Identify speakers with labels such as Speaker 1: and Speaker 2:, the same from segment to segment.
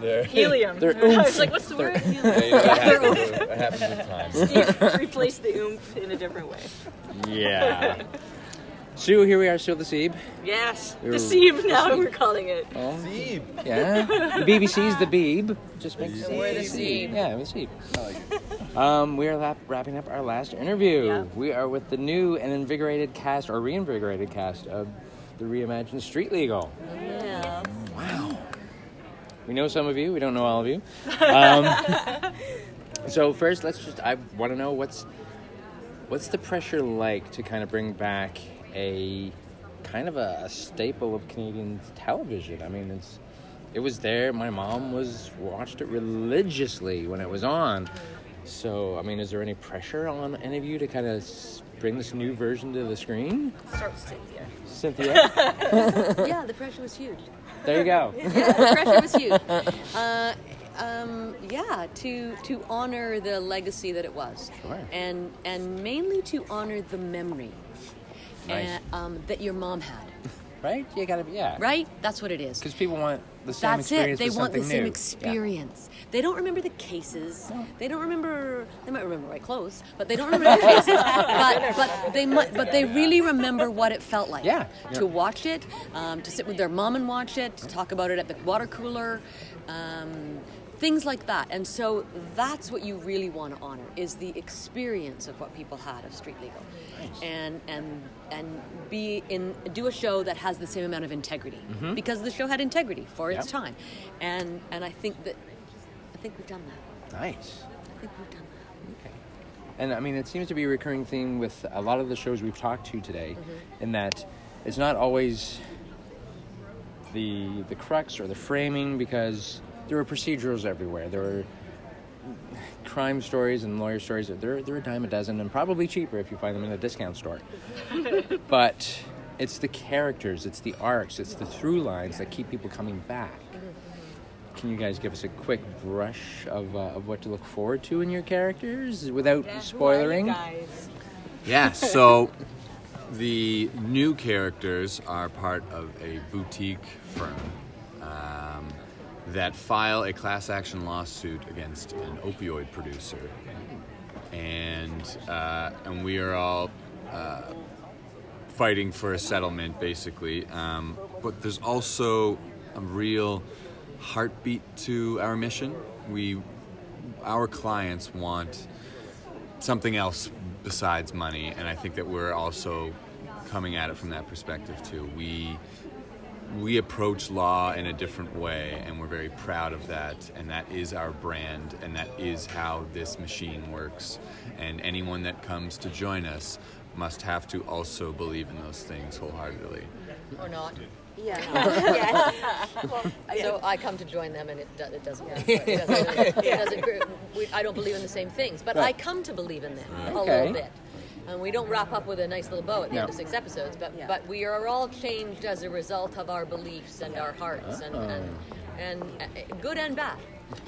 Speaker 1: They're-
Speaker 2: Helium.
Speaker 3: They're
Speaker 2: I was
Speaker 3: oomph.
Speaker 2: like, what's the word?
Speaker 1: They,
Speaker 2: Helium.
Speaker 1: it, happens, it happens with time.
Speaker 2: Steve replaced the oomph in a different way.
Speaker 3: Yeah. Sue, here we are, Sue of the Seeb.
Speaker 2: Yes.
Speaker 3: Ooh.
Speaker 2: The sieve now we're calling it.
Speaker 3: Oh,
Speaker 1: Zeeb.
Speaker 3: yeah. The BBC's the Beeb. Just makes
Speaker 1: Yeah, we're the Seeb.
Speaker 3: Yeah, we're the Seeb. Um, we are lap- wrapping up our last interview.
Speaker 2: Yeah.
Speaker 3: We are with the new and invigorated cast, or reinvigorated cast, of the reimagined Street Legal.
Speaker 2: Yeah.
Speaker 3: We know some of you. We don't know all of you. Um, so first, let's just. I want to know what's what's the pressure like to kind of bring back a kind of a, a staple of Canadian television. I mean, it's it was there. My mom was watched it religiously when it was on. So, I mean, is there any pressure on any of you to kind of bring this new version to the screen,
Speaker 2: Start Cynthia.
Speaker 3: Cynthia?
Speaker 4: yeah, the pressure was huge.
Speaker 3: there you go.
Speaker 4: Yeah, the pressure was huge. Uh, um, yeah, to to honor the legacy that it was,
Speaker 3: Sure.
Speaker 4: and and mainly to honor the memory
Speaker 3: Nice.
Speaker 4: and, um, that your mom had.
Speaker 3: Right? You gotta be yeah.
Speaker 4: Right? That's what it is.
Speaker 3: Because people want the same
Speaker 4: That's it.
Speaker 3: experience.
Speaker 4: They
Speaker 3: with
Speaker 4: want the
Speaker 3: something
Speaker 4: same
Speaker 3: new.
Speaker 4: experience. They don't remember the cases. They don't remember. They might remember my clothes, but they don't remember the cases. But, but they might. But they really remember what it felt like.
Speaker 3: Yeah.
Speaker 4: To watch it, um, to sit with their mom and watch it, to talk about it at the water cooler. Um, Things like that, and so that's what you really want to honor is the experience of what people had of street legal, and and and be in do a show that has the same amount of integrity because the show had integrity for its
Speaker 3: Yep.
Speaker 4: time time. And and I think that I think we've done that.
Speaker 3: Yeah. Nice.
Speaker 4: I think we've done that.
Speaker 3: Okay. And I mean, it seems to be a recurring theme with a lot of the shows we've talked to today,
Speaker 4: Mm-hmm.
Speaker 3: in that it's not always the the crux or the framing because there were procedurals everywhere. There were crime stories and lawyer stories. They're they're a dime a dozen and probably cheaper if you find them in a discount store. but it's the characters, it's the arcs, it's the through lines that keep people coming back. Can you guys give us a quick brush of, uh, of what to look forward to in your characters without spoiling?
Speaker 2: Guys.
Speaker 5: Yeah, so the new characters are part of a boutique firm um, that file a class action lawsuit against an opioid producer. And, uh, and we are all uh, fighting for a settlement, basically. Um, but there's also a real heartbeat to our mission. We, our clients want something else besides money and i think that we're also coming at it from that perspective too we we approach law in a different way and we're very proud of that and that is our brand and that is how this machine works and anyone that comes to join us must have to also believe in those things wholeheartedly
Speaker 4: Or not.
Speaker 2: Yeah.
Speaker 4: So I come to join them, and it, do, it doesn't. It doesn't, it doesn't we, I don't believe in the same things, but I
Speaker 3: Right. Mm.
Speaker 4: come to believe in them a
Speaker 3: Okay.
Speaker 4: little bit. And we don't wrap up with a nice little bow at the end
Speaker 3: No.
Speaker 4: of six episodes, but but we are all changed as a result of our beliefs and our hearts, and
Speaker 3: Ah.
Speaker 4: and, and uh, good and bad.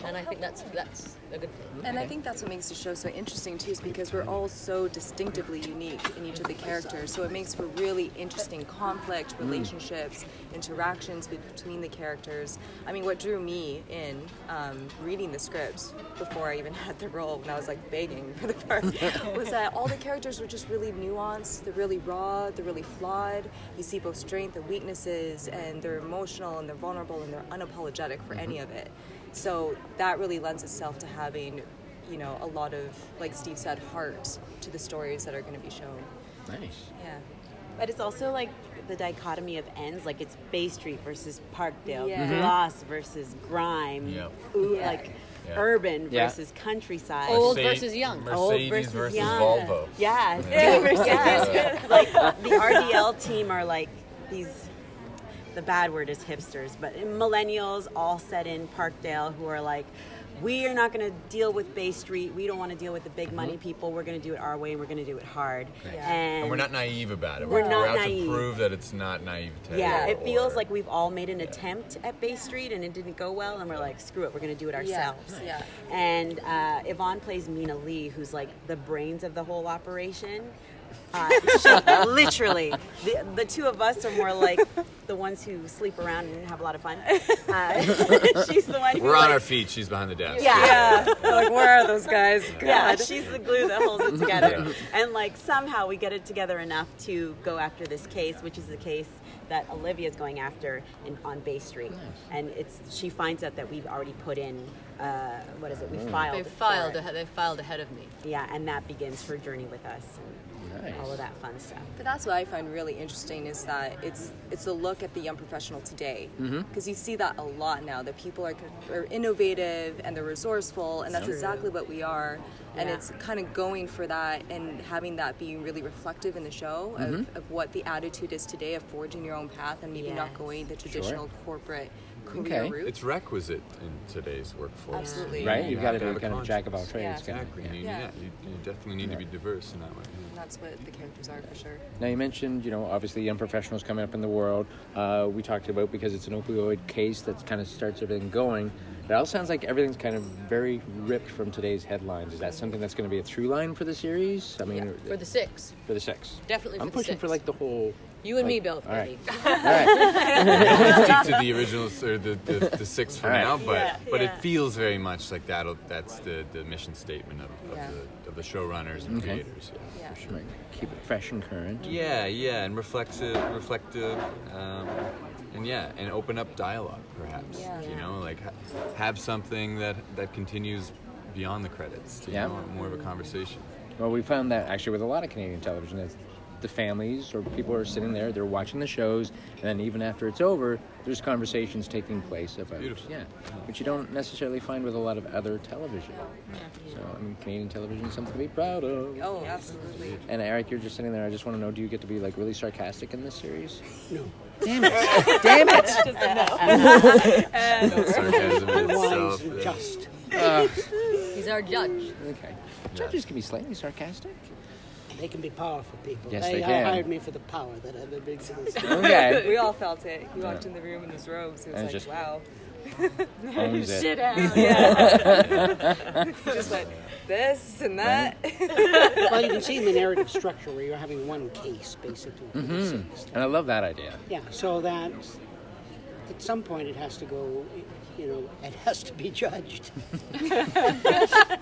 Speaker 4: And I think that's that's a good thing.
Speaker 3: Hmm?
Speaker 6: And I think that's what makes the show so interesting too, is because we're all so distinctively unique in each of the characters. So it makes for really interesting conflict, relationships, interactions between the characters. I mean, what drew me in um, reading the script before I even had the role, when I was like begging for the part, was that all the characters were just really nuanced. They're really raw. They're really flawed. You see both strength and weaknesses, and they're emotional and they're vulnerable and they're unapologetic for any of it. So that really lends itself to having, you know, a lot of, like Steve said, heart to the stories that are going to be shown.
Speaker 3: Nice.
Speaker 6: Yeah.
Speaker 7: But it's also like the dichotomy of ends, like it's Bay Street versus Parkdale,
Speaker 6: Yeah. Mhm.
Speaker 7: gloss versus grime,
Speaker 5: Yep.
Speaker 7: ooh, like
Speaker 5: Yeah.
Speaker 7: urban
Speaker 3: Yeah.
Speaker 7: versus countryside.
Speaker 4: Old versus young.
Speaker 7: Old
Speaker 5: mercedes
Speaker 7: versus
Speaker 5: versus
Speaker 7: young.
Speaker 5: volvo
Speaker 7: Yeah. Dude, versus- Like the RDL team are like these the bad word is hipsters, but millennials all set in Parkdale who are like we are not going to deal with Bay Street. We don't want to deal with the big money people. We're going to do it our way, and we're going to do it hard. And,
Speaker 5: Mm-hmm. and we're not naive about it
Speaker 7: We're not
Speaker 5: out
Speaker 7: naive.
Speaker 5: to prove that it's not naivete
Speaker 7: Yeah, it feels
Speaker 5: or-
Speaker 7: like we've all made an attempt at Bay Street and it didn't go well, and we're like, screw it, we're gonna do it ourselves.
Speaker 6: yeah.
Speaker 7: And uh, Yvonne plays Mina Lee, who's like the brains of the whole operation. Uh, she- literally, the, the two of us are more like the ones who sleep around and have a lot of fun. Uh, she's the one. Who,
Speaker 5: We're on
Speaker 7: like-
Speaker 5: our feet. She's behind the desk.
Speaker 7: Yeah.
Speaker 6: Yeah. like, where are those guys?
Speaker 7: Yeah,
Speaker 6: God.
Speaker 7: she's the glue that holds it together.
Speaker 5: Yeah.
Speaker 7: And like somehow we get it together enough to go after this case, which is the case that Olivia's going after in, on Bay Street. And it's she finds out that we've already put in uh, what is it? We filed.
Speaker 4: They
Speaker 7: for
Speaker 4: filed.
Speaker 7: it.
Speaker 4: Ahead, they filed ahead of me.
Speaker 7: Yeah, and that begins her journey with us and
Speaker 3: Nice.
Speaker 7: all of that fun stuff.
Speaker 6: But that's what I find really interesting is that it's it's a look at the young professional today because you see that a lot now that people are, are innovative and they're resourceful and that's exactly what we are and
Speaker 7: Yeah.
Speaker 6: it's kind of going for that and having that be really reflective in the show of, of what the attitude is today of forging your own path and maybe not
Speaker 7: Yes.
Speaker 6: going the traditional corporate career
Speaker 3: Okay.
Speaker 6: route.
Speaker 5: It's requisite in today's workforce.
Speaker 6: Absolutely.
Speaker 3: Right? You've got to
Speaker 5: have
Speaker 3: be
Speaker 5: have a
Speaker 3: kind of a jack of all
Speaker 5: conscience.
Speaker 3: trades
Speaker 6: Yeah.
Speaker 3: kind of-
Speaker 5: Exactly. You,
Speaker 3: yeah.
Speaker 5: yeah. you, you definitely need to be diverse in that way.
Speaker 6: and that's what the characters are for sure.
Speaker 3: Now you mentioned, you know, obviously young professionals coming up in the world. Uh, we talked about because it's an opioid case that kind of starts everything going. It all sounds like everything's kind of very ripped from today's headlines. Is that something that's going to be a through line for the series? I mean,
Speaker 4: For the six.
Speaker 3: for the six.
Speaker 4: Definitely
Speaker 3: I'm
Speaker 4: for the
Speaker 3: pushing
Speaker 4: six.
Speaker 3: for like the whole.
Speaker 4: You and me
Speaker 3: like-
Speaker 4: both,
Speaker 3: all right.
Speaker 4: buddy.
Speaker 3: All right.
Speaker 5: Stick to the original or the, the, the six for
Speaker 3: All right.
Speaker 5: now, but
Speaker 7: Yeah,
Speaker 5: but
Speaker 7: yeah.
Speaker 5: it feels very much like that'll that's the, the mission statement of, of,
Speaker 6: Yeah.
Speaker 5: the, of the showrunners and
Speaker 3: Okay.
Speaker 5: creators.
Speaker 6: Yeah.
Speaker 5: for sure.
Speaker 3: Right. Keep it fresh and current.
Speaker 5: Yeah, yeah, and reflexive, reflective, um, and yeah, and open up dialogue, perhaps.
Speaker 6: Yeah.
Speaker 5: You know, like ha- have something that that continues beyond the credits. You
Speaker 3: Yeah.
Speaker 5: know, more of a conversation.
Speaker 3: Well, we found that actually with a lot of Canadian television, that the families or people are sitting there, they're watching the shows, and then even after it's over, there's conversations taking place about
Speaker 5: Beautiful.
Speaker 3: yeah, which you don't necessarily find with a lot of other television. So I mean, Canadian television is something to be proud of.
Speaker 6: Oh, absolutely.
Speaker 3: And Eric, you're just sitting there. I just want to know: Do you get to be like really sarcastic in this series? No. Damn it! Damn it!
Speaker 5: That sarcasm in itself. yeah.
Speaker 4: He's our judge.
Speaker 3: Okay. Judges can be slightly sarcastic.
Speaker 8: They can be powerful people.
Speaker 3: Yes,
Speaker 8: they,
Speaker 3: they
Speaker 8: uh,
Speaker 3: can.
Speaker 8: hired me for the power that other big cities.
Speaker 3: Okay.
Speaker 6: We all felt it. He walked in the room in his robes. It was
Speaker 3: And
Speaker 6: like,
Speaker 3: just-
Speaker 6: wow.
Speaker 3: Owns it.
Speaker 2: Shit out.
Speaker 6: just like this and that.
Speaker 8: well, you can see in the narrative structure where you're having one case basically. for the
Speaker 3: Mm-hmm.
Speaker 8: six.
Speaker 3: And I love that idea.
Speaker 8: Yeah, so that at some point it has to go. You know, it has to be judged.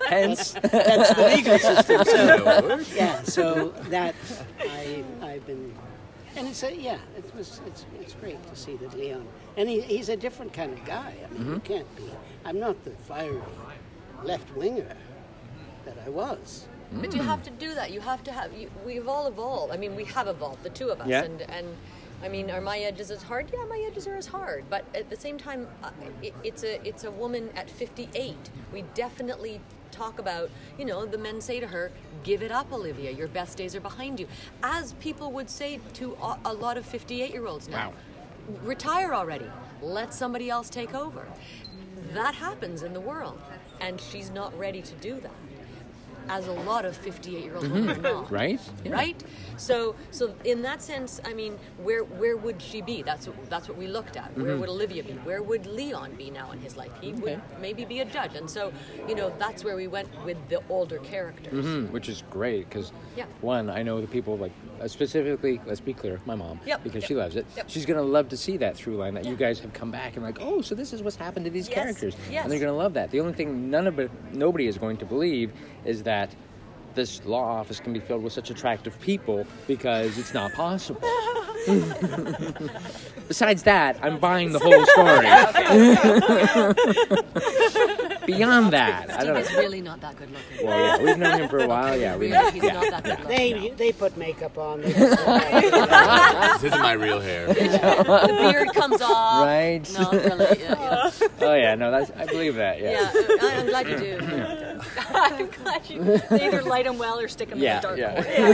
Speaker 3: Hence,
Speaker 8: That's the legal system. So
Speaker 5: That works.
Speaker 8: yeah, so that I I've been, and it's a, yeah, it was it's it's great to see that Leon, and he, he's a different kind of guy. I mean, you can't be. I'm not the fiery left winger that I was.
Speaker 4: But you have to do that. You have to have. You, we've all evolved. I mean, we have evolved, the two of us.
Speaker 3: Yeah.
Speaker 4: And and I mean, are my edges as hard? Yeah, my edges are as hard. But at the same time, uh, it, it's a it's a woman at 58. We definitely talk about you know the men say to her give it up olivia your best days are behind you as people would say to a, a lot of 58 year olds now
Speaker 3: Wow.
Speaker 4: retire already. Let somebody else take over. That happens in the world, and she's not ready to do that. As a lot of 58 year old women are not.
Speaker 3: Mm-hmm. right? Yeah.
Speaker 4: Right? So, so in that sense, I mean, where where would she be? That's what, that's what we looked at.
Speaker 3: Mm-hmm.
Speaker 4: Where would Olivia be? Where would Leon be now in his life? He would maybe be a judge, and so you know that's where we went with the older characters.
Speaker 3: Mm, which is great because
Speaker 4: Yeah.
Speaker 3: one, I know the people like uh, specifically. Let's be clear, my mom,
Speaker 4: Yep.
Speaker 3: because
Speaker 4: Yep.
Speaker 3: she loves it.
Speaker 4: Yep.
Speaker 3: She's gonna love to see that through line that you guys have come back and like, oh, so this is what's happened to these
Speaker 4: Yes.
Speaker 3: characters,
Speaker 4: Yes.
Speaker 3: and they're gonna love that. The only thing none of it, nobody is going to believe is that this law office can be filled with such attractive people because it's not possible. Besides that, I'm buying the whole story. Beyond that, I
Speaker 4: Steve
Speaker 3: don't
Speaker 4: is
Speaker 3: know.
Speaker 4: really not that good looking.
Speaker 3: Well, yeah, we've known him for a while. Yeah, we
Speaker 4: Really, he's not that good looking.
Speaker 8: They they put makeup on. They just-
Speaker 5: This isn't my real hair.
Speaker 4: The beard comes off.
Speaker 3: Right.
Speaker 4: No, really, yeah, yeah.
Speaker 3: Oh yeah, no, that's I believe that. Yeah.
Speaker 4: Yeah,
Speaker 2: uh,
Speaker 4: I- I'm glad you do.
Speaker 2: I'm glad you they either light them well or stick them in
Speaker 3: Yeah,
Speaker 2: the dark.
Speaker 3: yeah.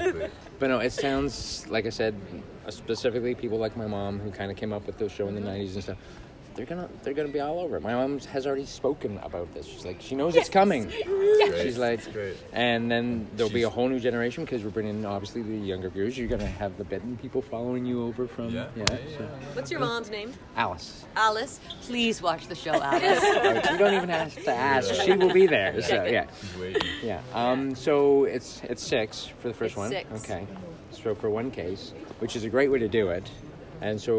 Speaker 5: exactly.
Speaker 3: But no, it sounds like I said, uh, specifically people like my mom who kind of came up with the show in the '90s and stuff. they're gonna they're gonna be all over. it. My mom has already spoken about this. She's like, she knows it's coming. She's like,
Speaker 5: Great.
Speaker 3: and then there'll be a
Speaker 5: She's-
Speaker 3: whole new generation because we're bringing in obviously the younger viewers. You're gonna have the betting people following you over from
Speaker 5: Yeah, yeah,
Speaker 3: so-
Speaker 4: What's your mom's name?
Speaker 3: Alice. Oh,
Speaker 4: Alice.
Speaker 9: Please watch the show, Alice.
Speaker 3: you don't even have to ask. She will be there. So yeah,
Speaker 5: Waiting.
Speaker 3: yeah. Um, so it's it's six for the first
Speaker 4: It's
Speaker 3: one.
Speaker 4: six. Mm-hmm.
Speaker 3: Okay. So for one case, which is a great way to do it, and so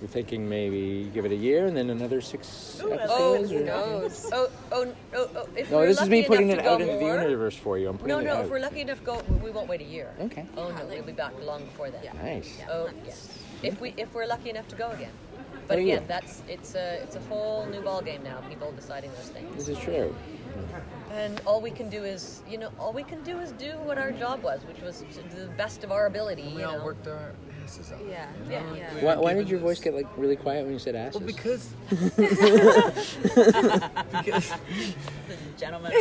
Speaker 3: we're thinking maybe give it a year and then another six. episodes.
Speaker 4: Oh, who knows? Oh, oh, oh, oh. If
Speaker 3: No,
Speaker 4: we're
Speaker 3: this is me
Speaker 4: lucky
Speaker 3: putting
Speaker 4: enough
Speaker 3: it
Speaker 4: to go
Speaker 3: out into the
Speaker 4: more-
Speaker 3: universe for you. I'm putting
Speaker 4: No,
Speaker 3: it
Speaker 4: no.
Speaker 3: out.
Speaker 4: If we're lucky enough to go, we won't wait a year.
Speaker 3: Okay.
Speaker 4: Oh no, we'll be back long before then.
Speaker 3: Nice.
Speaker 4: Oh yes. If we if we're lucky enough to go again. But
Speaker 3: There you
Speaker 4: again,
Speaker 3: go.
Speaker 4: that's it's a it's a whole new ball game now. People deciding those things,
Speaker 3: This is true.
Speaker 4: and all we can do is you know all we can do is do what our job was, which was to do the best of our ability.
Speaker 5: We
Speaker 4: you
Speaker 5: all
Speaker 4: know?
Speaker 5: worked our asses off. you
Speaker 6: Yeah,
Speaker 5: know?
Speaker 6: yeah, yeah.
Speaker 5: We
Speaker 3: Why,
Speaker 5: were
Speaker 3: why
Speaker 5: given
Speaker 3: did your voice
Speaker 5: this-
Speaker 3: get like really quiet when you said asses?
Speaker 5: Well, because. because
Speaker 7: Gentlemen,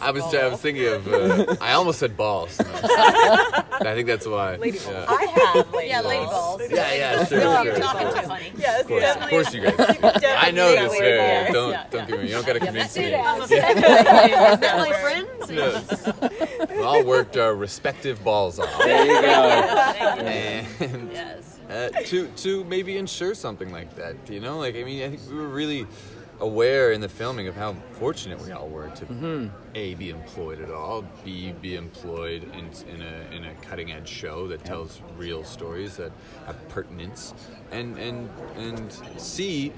Speaker 5: I was, I was thinking of. Uh, I almost said balls. and I was- I think that's why. Lady yeah. balls.
Speaker 7: I have.
Speaker 4: Yeah, lady balls.
Speaker 5: Yeah, yeah, sure,
Speaker 7: No,
Speaker 5: sure.
Speaker 7: you're talking
Speaker 5: sure.
Speaker 7: too funny. Yeah,
Speaker 5: Of course, of course you guys. do. I know this
Speaker 7: definitely
Speaker 5: area.
Speaker 7: balls.
Speaker 5: Don't
Speaker 7: Yeah,
Speaker 5: don't give me. You don't gotta convince me.
Speaker 4: Is that my friends?
Speaker 5: Yes. We all worked our respective balls off.
Speaker 3: there you go.
Speaker 5: and uh, to to maybe ensure something like that. You know, like I mean, I think we were really aware in the filming of how fortunate we all were to
Speaker 3: Mm-hmm.
Speaker 5: a be employed at all, b be employed in, in a in a cutting edge show that tells real stories that have pertinence, and and and c.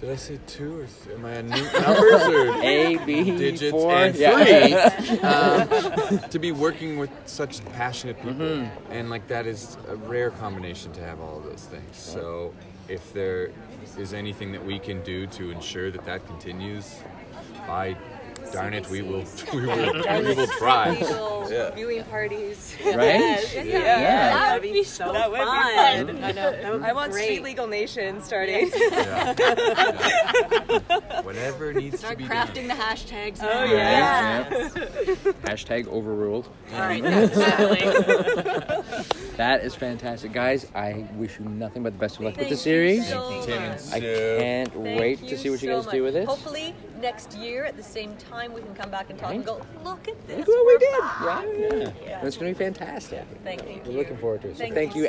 Speaker 5: Did I say two or th- am I on nu- numbers or
Speaker 3: A, B,
Speaker 5: digits
Speaker 3: four.
Speaker 5: and
Speaker 3: yeah.
Speaker 5: three um, to be working with such passionate people
Speaker 3: Mm-hmm.
Speaker 5: and like that is a rare combination to have all of those things so if there is anything that we can do to ensure that that continues by darn it we will we will, we will try Yeah.
Speaker 6: viewing parties.
Speaker 3: Right? Yeah.
Speaker 7: That would be so
Speaker 6: That would be
Speaker 7: fun.
Speaker 6: fun.
Speaker 7: I know. That would
Speaker 6: I want
Speaker 7: great.
Speaker 6: Street Legal Nation starting.
Speaker 5: Yeah. Yeah. whatever needs to
Speaker 2: Start
Speaker 5: be
Speaker 2: crafting the
Speaker 5: done
Speaker 2: hashtags.
Speaker 7: Oh,
Speaker 2: now.
Speaker 7: yeah.
Speaker 3: Hashtag overruled.
Speaker 7: All right, exactly.
Speaker 3: That is fantastic, guys. I wish you nothing but the best of luck with the
Speaker 4: Thank you
Speaker 3: series.
Speaker 4: so
Speaker 5: Tim
Speaker 4: much.
Speaker 5: and
Speaker 3: I
Speaker 5: Sue.
Speaker 3: can't
Speaker 4: Thank
Speaker 3: wait to see what you
Speaker 4: so
Speaker 3: guys do
Speaker 4: much.
Speaker 3: with it.
Speaker 4: Hopefully next year at the same time we can come back and talk and go, look at this.
Speaker 3: Look what we
Speaker 4: we're
Speaker 3: did.
Speaker 4: back."
Speaker 3: Yeah, yeah. It's going to be fantastic.
Speaker 4: Thank you.
Speaker 3: We're looking forward to it. So
Speaker 4: Thank
Speaker 3: thank,
Speaker 4: you
Speaker 3: you,
Speaker 4: so